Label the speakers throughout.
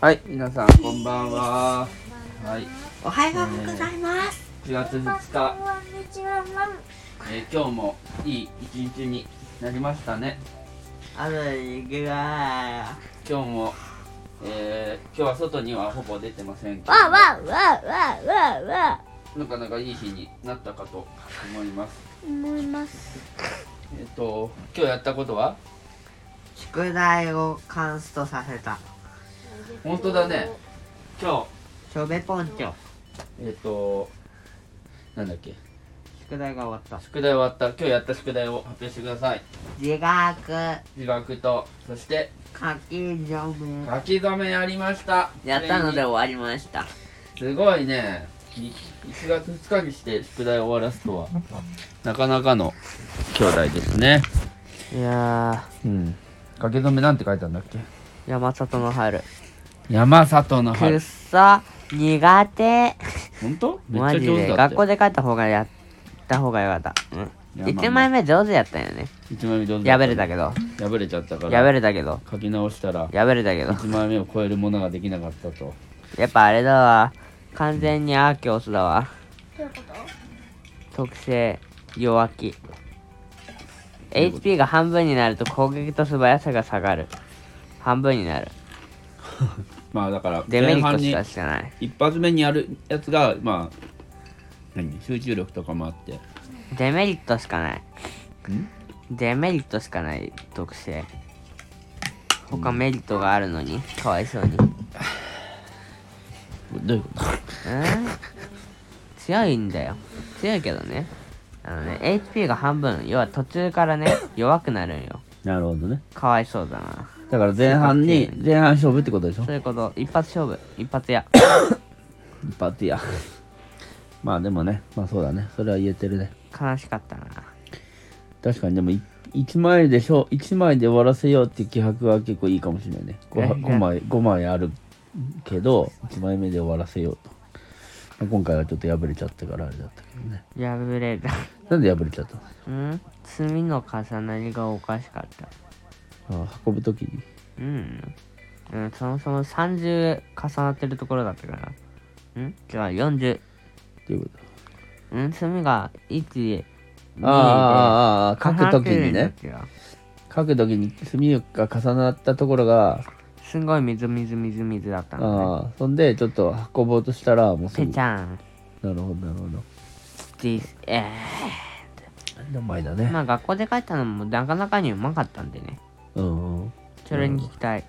Speaker 1: はい、皆さんこんばんは。はい、
Speaker 2: おはようございます。
Speaker 1: 9月2日、えー今日もいい一日になりましたね。
Speaker 2: あら、行くわ
Speaker 1: 今日も、えー今日は外にはほぼ出てませんけど
Speaker 3: わ、あわあわあわあわあわ
Speaker 1: なかなかいい日になったかと思います。
Speaker 3: あ思います
Speaker 1: えっ、と今日やったことは、
Speaker 2: 宿題をカンストさせた。
Speaker 1: 本当だね。今
Speaker 2: しょべポンチョ。
Speaker 1: 日えっ、となんだっけ、
Speaker 2: 宿題が終わった。
Speaker 1: 宿題終わった。今日やった宿題を発表してください。
Speaker 2: 自学、
Speaker 1: 自学とそして
Speaker 2: 書き初め。
Speaker 1: 書き初めやりました。
Speaker 4: やったの
Speaker 1: ついに
Speaker 4: で終わりました。
Speaker 1: すごいねい1月2日にして宿題を終わらすとはなかなかの兄弟ですね
Speaker 4: いや
Speaker 1: うん書き初めなんて書いたんだっけ
Speaker 4: ー、山里の春。
Speaker 1: 山里の
Speaker 4: くっ
Speaker 1: 春
Speaker 4: そ、苦手。
Speaker 1: 本当め
Speaker 4: マ
Speaker 1: っ
Speaker 4: ジ
Speaker 1: ちゃ上
Speaker 4: で。
Speaker 1: 手だっ
Speaker 4: 学
Speaker 1: た
Speaker 4: 校
Speaker 1: よ
Speaker 4: で書いた方がやった方がよかった。
Speaker 1: いうや
Speaker 4: ん。
Speaker 1: まあまあ
Speaker 4: 1枚目上手やったよね。
Speaker 1: 一枚目上手
Speaker 4: 破れたけど。
Speaker 1: ど破れちゃったから
Speaker 4: 破れたけど。
Speaker 1: 書き直したら
Speaker 4: 破れたけど。
Speaker 1: 1枚目を超えるものができなかったと
Speaker 4: やっぱあれだわ。完全にアーキオスだわ。
Speaker 3: どういうこと
Speaker 4: 特性、弱気。HP が半分になると攻撃と素早さが下がる。半分になる。
Speaker 1: まあだから
Speaker 4: デ
Speaker 1: 前
Speaker 4: メリッ
Speaker 1: 半
Speaker 4: トし
Speaker 1: に
Speaker 4: かしかない。
Speaker 1: 一発目にやるやつがまあ何集中力とかもあって
Speaker 4: デメリットしかないデメリットしかない特性他メリットがあるのにかわいそうにうん
Speaker 1: どういうこと
Speaker 4: 強いんだよ強いけどねあのね HP が半分要は途中からね弱くなるんよ
Speaker 1: なるほどね
Speaker 4: かわいそうだな
Speaker 1: だから前半に前半勝負ってことでしょ
Speaker 4: そういうこと一発勝負一発や
Speaker 1: 一発やまあでもねまあそうだねそれは言えてるね
Speaker 4: 悲しかったな
Speaker 1: 確かにでもい一枚でしょ一枚で終わらせようっていう気迫は結構いいかもしれないね 5,
Speaker 4: え
Speaker 1: 枚五枚あるけど1枚目で終わらせようと、まあ今回はちょっと破れちゃったからあれだったけどね
Speaker 4: 破れた
Speaker 1: なんで破れちゃったの
Speaker 4: うん墨の重なりがおかしかった
Speaker 1: ああ運ぶ時に
Speaker 4: うん、うん、そもそも30重なってるところだったからんじゃあ40
Speaker 1: っていうこと
Speaker 4: うん墨が12で
Speaker 1: ああああああ書く時に
Speaker 4: 重なっ
Speaker 1: ね
Speaker 4: てるんだっ
Speaker 1: 書く時に墨が重なったところが
Speaker 4: けどすんごいみずみずみずみずだったの、ね、
Speaker 1: ああそんでちょっと運ぼうとしたらもうす
Speaker 4: ぺ
Speaker 1: ぐ
Speaker 4: ちゃん
Speaker 1: なるほどなるほど
Speaker 4: This え
Speaker 1: 名前だ
Speaker 4: ー
Speaker 1: ね
Speaker 4: まあ学校で書いたのもなかなかにうまかったんでね
Speaker 1: うんうん
Speaker 4: それに聞きたい、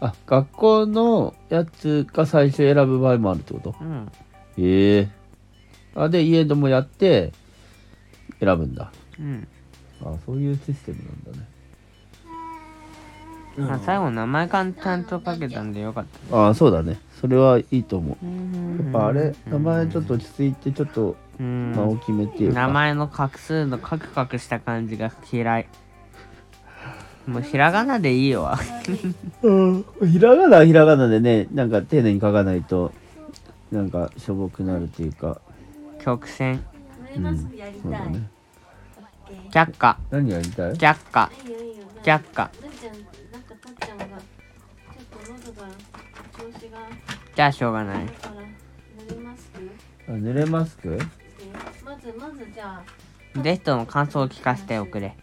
Speaker 1: あ学校のやつが最初選ぶ場合もあるってこと
Speaker 4: うん、
Speaker 1: へえあで家でもやって選ぶんだ
Speaker 4: うん
Speaker 1: あそういうシステムなんだね
Speaker 4: まあ最後名前簡単と書けたんでよかった
Speaker 1: あそうだねそれはいいと思う
Speaker 4: うん
Speaker 1: やっぱあれ名前ちょっと落ち着いてちょっと
Speaker 4: うん
Speaker 1: 間を決めてよ
Speaker 4: 名前の画数のカクカクした感じが嫌いもうひらがなでいいわ
Speaker 1: うんひらがなはひらがなでねなんか丁寧に書かないとなんかしょぼくなるというか、
Speaker 4: 曲線
Speaker 1: うん、そうだね
Speaker 4: 却下
Speaker 1: 何やりたい
Speaker 4: 却下却下
Speaker 5: なっちゃん、なんかたっちゃんが、ちょっと喉が、調子が、
Speaker 4: じゃあしょうがない
Speaker 5: だから、塗りますく
Speaker 1: あ濡れマスク
Speaker 5: まず、まずじゃあ、
Speaker 4: ぜひとも感想を聞かせておくれ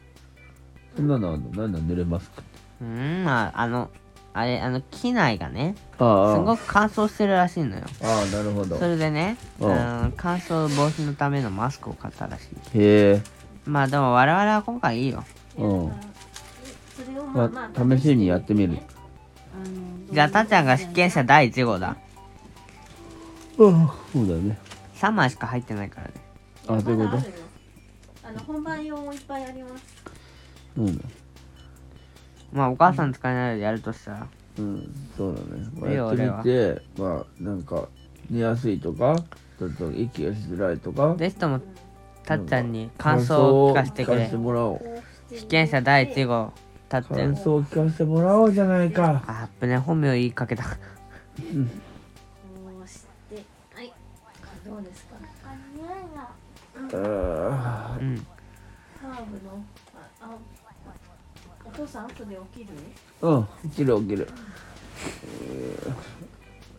Speaker 1: そんなのあんのなんだ濡れマスクって
Speaker 4: うーんまああのあれあの機内がね
Speaker 1: ああああ
Speaker 4: すごく乾燥してるらしいのよ
Speaker 1: ああなるほど
Speaker 4: それでねあ
Speaker 1: うん
Speaker 4: の乾燥防止のためのマスクを買ったらしい
Speaker 1: へえ
Speaker 4: まあでも我々は今回いいよ
Speaker 1: うん
Speaker 5: それをまあま
Speaker 1: ま
Speaker 5: あ、
Speaker 1: あ試しにやってみる
Speaker 5: あの
Speaker 4: じゃあたっちゃんが試験者第1号だ
Speaker 1: うんそうだね
Speaker 4: 3枚しか入ってないからね
Speaker 1: あそういうこ
Speaker 5: まだあ
Speaker 1: と
Speaker 5: るよあの、本番用もいっぱいあります。
Speaker 1: うん
Speaker 4: まあお母さん使いながらやるとしたら
Speaker 1: うんそうだね、まあ
Speaker 4: いいよ
Speaker 1: やってみてまあなんか寝やすいとかちょっと息がしづらいとか
Speaker 4: ぜひともたっちゃんに感想を聞かせてく
Speaker 1: 感想を聞
Speaker 4: れ
Speaker 1: かせもらおう
Speaker 4: 被験者第1号たっちゃ
Speaker 1: 感
Speaker 4: ん
Speaker 1: 想を聞かせてもらおうじゃないか
Speaker 4: あっぶね本名言いかけた
Speaker 5: こうして、はい。どうですか
Speaker 1: あー
Speaker 4: うん
Speaker 5: ハーブの、あ、あ、お父さん後で起きる
Speaker 1: うん起きる起きる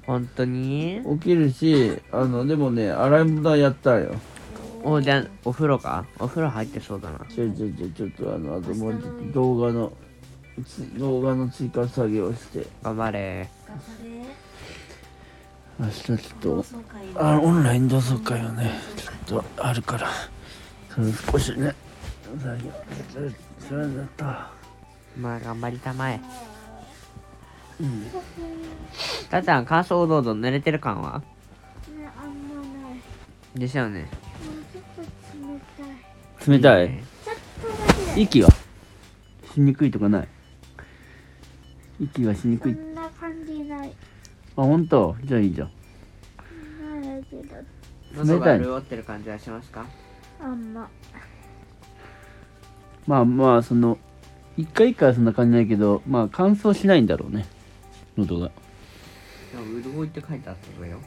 Speaker 4: 本当に
Speaker 1: 起きるしあのでもね洗い物はやったんよ
Speaker 4: おじゃあお風呂かお風呂入ってそうだな
Speaker 1: ちょいちょいちょいちょっとあのあともうちょっと動画のつ動画の追加作業をして
Speaker 4: 頑張れ
Speaker 5: 頑張れ
Speaker 1: 明日ちょっ
Speaker 5: 同
Speaker 1: と
Speaker 5: 窓会
Speaker 1: あオンライン同窓会はねちょっとあるからそれ少しね作業それそれだった
Speaker 4: まあ頑張りたまえたっちゃん感想どうぞ濡れてる感は
Speaker 3: ねあんまない
Speaker 4: ですよね
Speaker 3: もうちょっと冷たい
Speaker 1: 冷たい
Speaker 3: ちょっとだけ
Speaker 1: 息はしにくいとかない息がしに
Speaker 3: そ
Speaker 1: くい
Speaker 3: んな感じない
Speaker 1: あ本当じゃあいいじゃん
Speaker 3: ないけど
Speaker 4: 喉が潤ってる感じはしますか
Speaker 3: あんま
Speaker 1: まあまあその一回一回はそんな感じないけどまあ乾燥しないんだろうね喉が
Speaker 4: でも潤いって書いてあったぞよ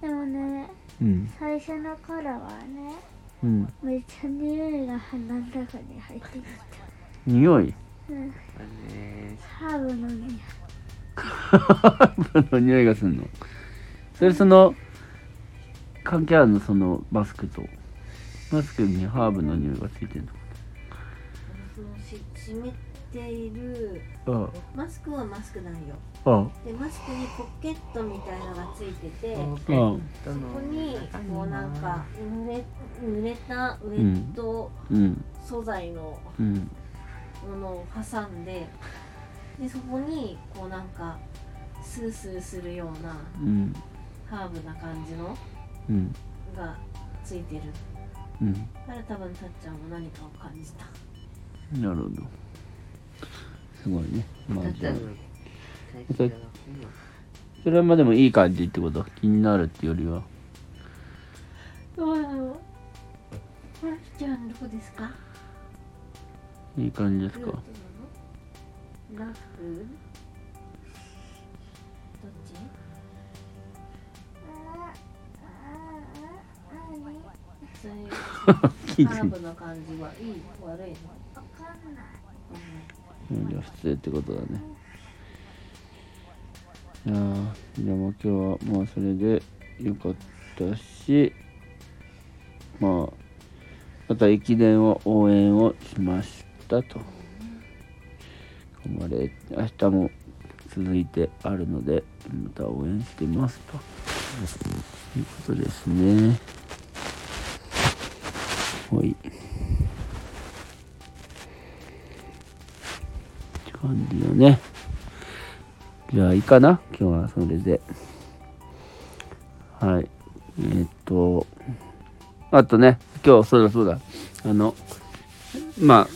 Speaker 3: でもね
Speaker 1: うん
Speaker 3: 最初の頃はね
Speaker 1: うん
Speaker 3: めっちゃ匂いが鼻の中に入ってきた
Speaker 1: 匂い
Speaker 3: うん
Speaker 4: あのね
Speaker 3: ハーブの匂い
Speaker 1: ハーブの匂いがするのそれその関係あるのそのマスクとマスクにハーブの匂いがついてる
Speaker 5: そのし湿っている
Speaker 1: の
Speaker 5: マスクはマスクなんよ
Speaker 1: ああ
Speaker 5: でマスクにポケットみたいなのがついてて
Speaker 4: ポ
Speaker 5: こ
Speaker 4: ケットの
Speaker 5: こにこうなんか濡れ濡れたウェット
Speaker 1: うん
Speaker 5: 素材の
Speaker 1: うん
Speaker 5: ものを挟んででそこにこうなんかスースーするような
Speaker 1: うん
Speaker 5: ハーブな感じの
Speaker 1: うん
Speaker 5: がついてる
Speaker 1: うん
Speaker 5: から多分たっちゃんも何かを感じた
Speaker 1: なるほどすごいねまあ
Speaker 4: たっ
Speaker 1: じ
Speaker 4: ち
Speaker 1: ゃ
Speaker 4: ゃ
Speaker 1: あ
Speaker 4: んの体調がいいの
Speaker 1: それはまあでもいい感じってこと気になるってよりは
Speaker 5: どうだろうまきちゃんどこですか
Speaker 1: いい感じですか
Speaker 5: ルートなのラフどっちそういう
Speaker 1: 聞いて
Speaker 5: ハ
Speaker 1: み
Speaker 5: ーブの感じはいい悪いの
Speaker 1: じゃあ普通ってことだねいやーじゃあもう今日はまあそれでよかったしまあまた駅伝を応援をしましたと頑張れ明日も続いてあるのでまた応援してますということですねはいって感じだねじゃあいいかな今日はそれではいえーっとあとね今日そうだそうだあのまあ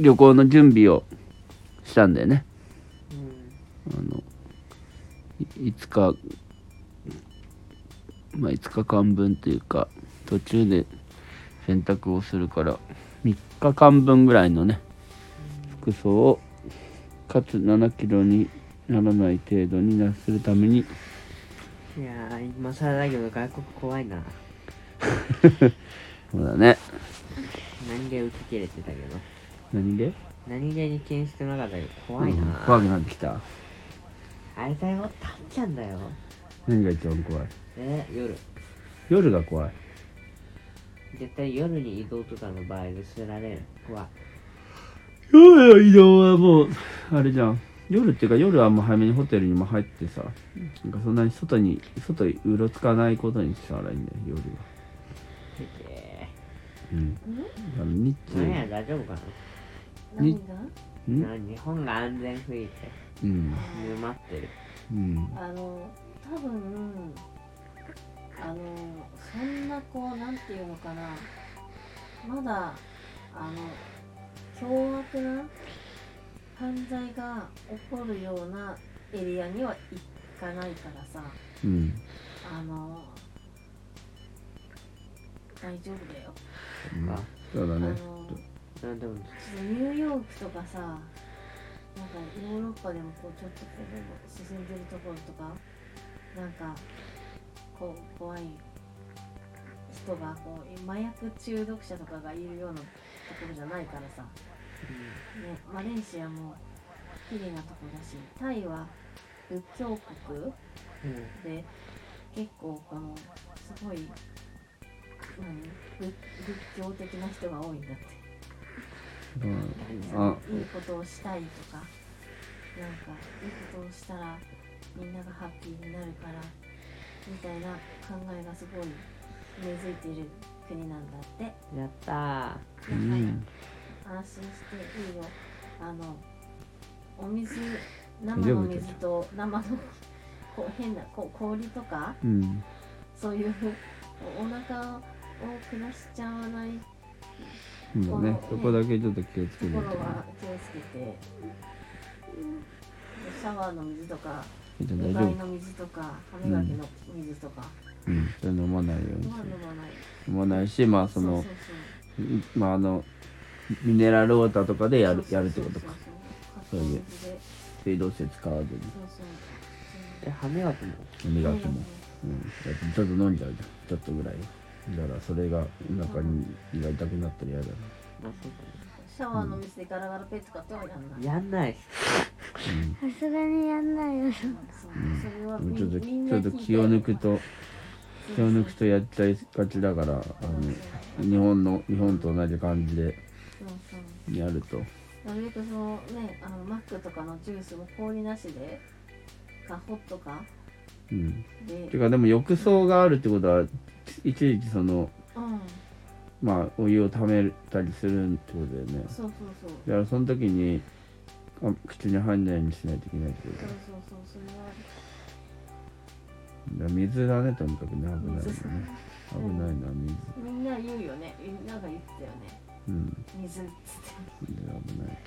Speaker 1: 旅行の準備をしたんだよねあのい5日まあ5日間分というか途中で洗濯をするから3日間分ぐらいのね服装をかつ7キロにならない程度になするため に
Speaker 4: うんいやー今更だけど外国怖いな
Speaker 1: そうだね
Speaker 4: 何で受け切れてたけど
Speaker 1: 何で
Speaker 4: 何気に気にしてなかったけど怖いな、
Speaker 1: うん怖くなってきた
Speaker 4: あれだよたっちゃんだよ
Speaker 1: 何が一番怖い
Speaker 4: え夜
Speaker 1: 夜が怖い
Speaker 4: 絶対夜に移動とかの場合で捨てられる怖い
Speaker 1: 夜の移動はもうあれじゃん夜っていうか夜はもう早めにホテルにも入ってさなんかそんなに外に外にうろつかないことにしたらいいんだよ夜は
Speaker 4: え
Speaker 1: うんあの日
Speaker 4: ー何や
Speaker 1: 中
Speaker 4: 大丈夫かな、
Speaker 1: に
Speaker 5: 何が
Speaker 1: うん
Speaker 4: な日本が安全すぎて
Speaker 1: うん
Speaker 4: 沼ってる
Speaker 1: うん
Speaker 5: あの多分あのそんなこうなんていうのかなまだあの凶悪な犯罪が起こるようなエリアには行かないからさ
Speaker 1: うん
Speaker 5: あの大丈夫だよ。
Speaker 4: か、
Speaker 1: そうだ
Speaker 5: あ
Speaker 1: ね
Speaker 5: の
Speaker 4: うん、でも
Speaker 5: ニューヨークとかさなんかヨーロッパでもこうちょっとこう進んでるところとかなんかこう怖い人人がこう麻薬中毒者とかがいるようなところじゃないからさ、ね、マレーシアも綺麗なとこだしタイは仏教国
Speaker 2: うん
Speaker 5: で結構このすごい何仏仏教的な人が多いんだって。
Speaker 1: うん
Speaker 5: そのいいことをしたいとかなんかいいことをしたらみんながハッピーになるからみたいな考えがすごい根付いてる国なんだって
Speaker 4: やった
Speaker 1: うん
Speaker 5: 安心していいよあのお水生の水と生のこう変なこう氷とか
Speaker 1: うん
Speaker 5: そういうお腹を下しちゃわない
Speaker 1: そうねそこだけちょっと気をつ
Speaker 5: と
Speaker 1: けな
Speaker 5: こ
Speaker 1: い
Speaker 5: ろ
Speaker 1: とね
Speaker 5: は気をつけてシャワーの水とか
Speaker 1: じゃあ
Speaker 5: う
Speaker 1: 大丈
Speaker 5: がい
Speaker 1: 夫
Speaker 5: の水とか歯磨きの水とか、
Speaker 1: うんそれ飲まないように
Speaker 5: まあ飲まない
Speaker 1: 飲まないしまあその
Speaker 5: う
Speaker 1: まああのミネラルウォーターとかでやる
Speaker 5: そう
Speaker 1: やるってことか
Speaker 5: そうそうそうそう
Speaker 1: そういう
Speaker 5: かっこ水で
Speaker 1: 水道水使わずに
Speaker 5: そうそ
Speaker 4: ー
Speaker 5: う
Speaker 4: え歯磨きも
Speaker 1: 歯
Speaker 5: そう
Speaker 1: 磨きも、うん、だってちょっと飲んじゃうじゃんちょっとぐらいだからそれがお腹に胃が痛くなったら嫌だな
Speaker 4: あそう
Speaker 5: シャワーの水でガラガラペットかってはやんな
Speaker 4: か
Speaker 5: い、
Speaker 4: やんない
Speaker 3: さすがにやんないよそんな
Speaker 5: そうそれは
Speaker 1: うん
Speaker 5: み
Speaker 1: ちょっと
Speaker 5: みん
Speaker 1: ち
Speaker 5: な
Speaker 1: ょっと気を抜
Speaker 5: 聞
Speaker 1: く
Speaker 5: い
Speaker 1: と気を抜くとやっちゃいがちだからあの日本の日本と同じ感じで
Speaker 5: てるそうそう
Speaker 1: やると
Speaker 5: なるべくそのねあのマックとかのジュースも氷なしでかホットか
Speaker 1: うん
Speaker 5: でうん
Speaker 1: てかでも浴槽があるってことはいちいちそのまあお湯をためたりするってことだよね
Speaker 5: そうそうそう
Speaker 1: だからその時にあ口に入んないようにしないといけないってこと
Speaker 5: そう
Speaker 1: だ
Speaker 5: そうそうそれは
Speaker 1: だから水だねとにかくね危ないよね
Speaker 5: 水
Speaker 1: 危ないな水
Speaker 5: みんな言うよねみんなが言ってたよね
Speaker 1: うん
Speaker 5: 水っつって
Speaker 1: 危ない、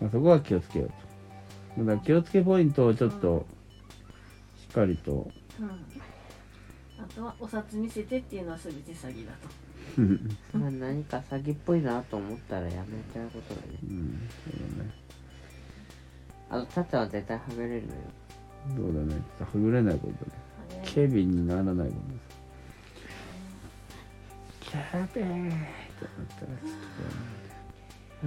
Speaker 1: まあ、そこは気をつけようとだから気をつけポイントをちょっとしっかりと
Speaker 5: うんあとはお札見せてっていうのは全て詐欺だと
Speaker 1: うん
Speaker 4: それは何か詐欺っぽいなと思ったらやめちゃうことだね
Speaker 1: そうだね
Speaker 4: あとタタは絶対はめれるのよ
Speaker 1: そうだねちょっとはぐれないことね
Speaker 5: あれ
Speaker 1: 警備にならないことですキャーベーってなったら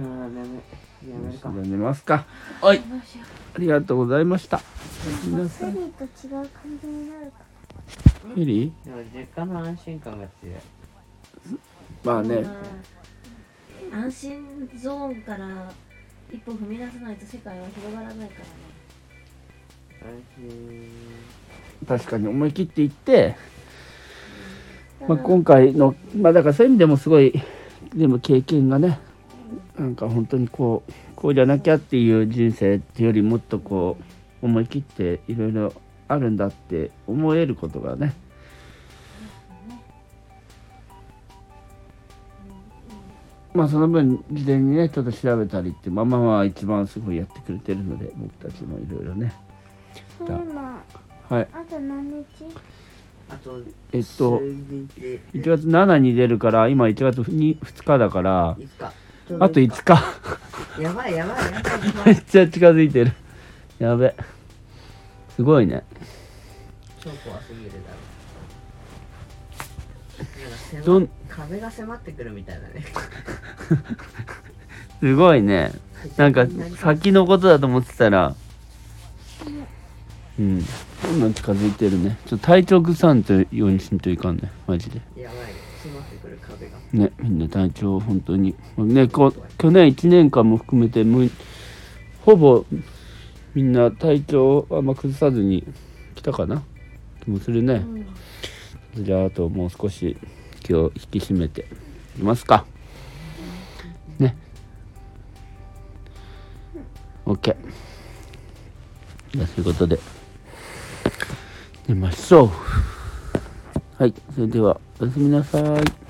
Speaker 1: ち
Speaker 4: ああダメやめ
Speaker 1: ょ
Speaker 4: る
Speaker 1: っ
Speaker 4: か
Speaker 1: とじゃあ寝ますかはいありがとうございました皆
Speaker 3: セ
Speaker 1: さ
Speaker 3: リー
Speaker 1: ん
Speaker 3: と違う感じになるか
Speaker 1: ヘリ
Speaker 4: でも実家の安心感が強い
Speaker 1: まあね
Speaker 5: うん安心ゾーンから一歩踏み出さないと世界は広がらないからね
Speaker 4: 安心
Speaker 1: 確かに思い切って行って
Speaker 5: た
Speaker 1: まあ、
Speaker 5: だ
Speaker 1: 今回の、まあ、だからそういう意味でもすごいでも経験がねなんか本当にこうこうじゃなきゃっていう人生っていうよりもっとこう思い切っていろいろあるんだって思えることがねまあその分事前にねちょっと調べたりってママは一番すごいやってくれてるので僕たちもいろいろね
Speaker 3: そう
Speaker 1: だ
Speaker 3: 今
Speaker 1: はい
Speaker 3: あと何日
Speaker 4: あと
Speaker 1: えっと
Speaker 4: 数日
Speaker 1: 1月7に出るから今1月 2, 2日だから
Speaker 4: いつか
Speaker 1: あと5日
Speaker 4: やばいやばいやば い
Speaker 1: めっちゃ近づいてるやべすごいね
Speaker 4: 超怖すぎるだろ
Speaker 1: ど
Speaker 4: なん
Speaker 1: ん
Speaker 4: か迫壁が迫ってくるみたいだね
Speaker 1: すごいねなんか先のことだと思ってたらうんどんどん近づいてるねちょっと体調崩さんとようにしんといかんねマジで
Speaker 4: やばいよ迫ってくる壁が
Speaker 1: ねみんな体調本当にねこ去年1年間も含めてむほぼみんな体調をあんま崩さずに来たかな気もするね、
Speaker 5: うん
Speaker 1: じゃああともう少し気を引き締めていきますかね OK じゃあそういうことで寝ましょうはいそれではおやすみなさい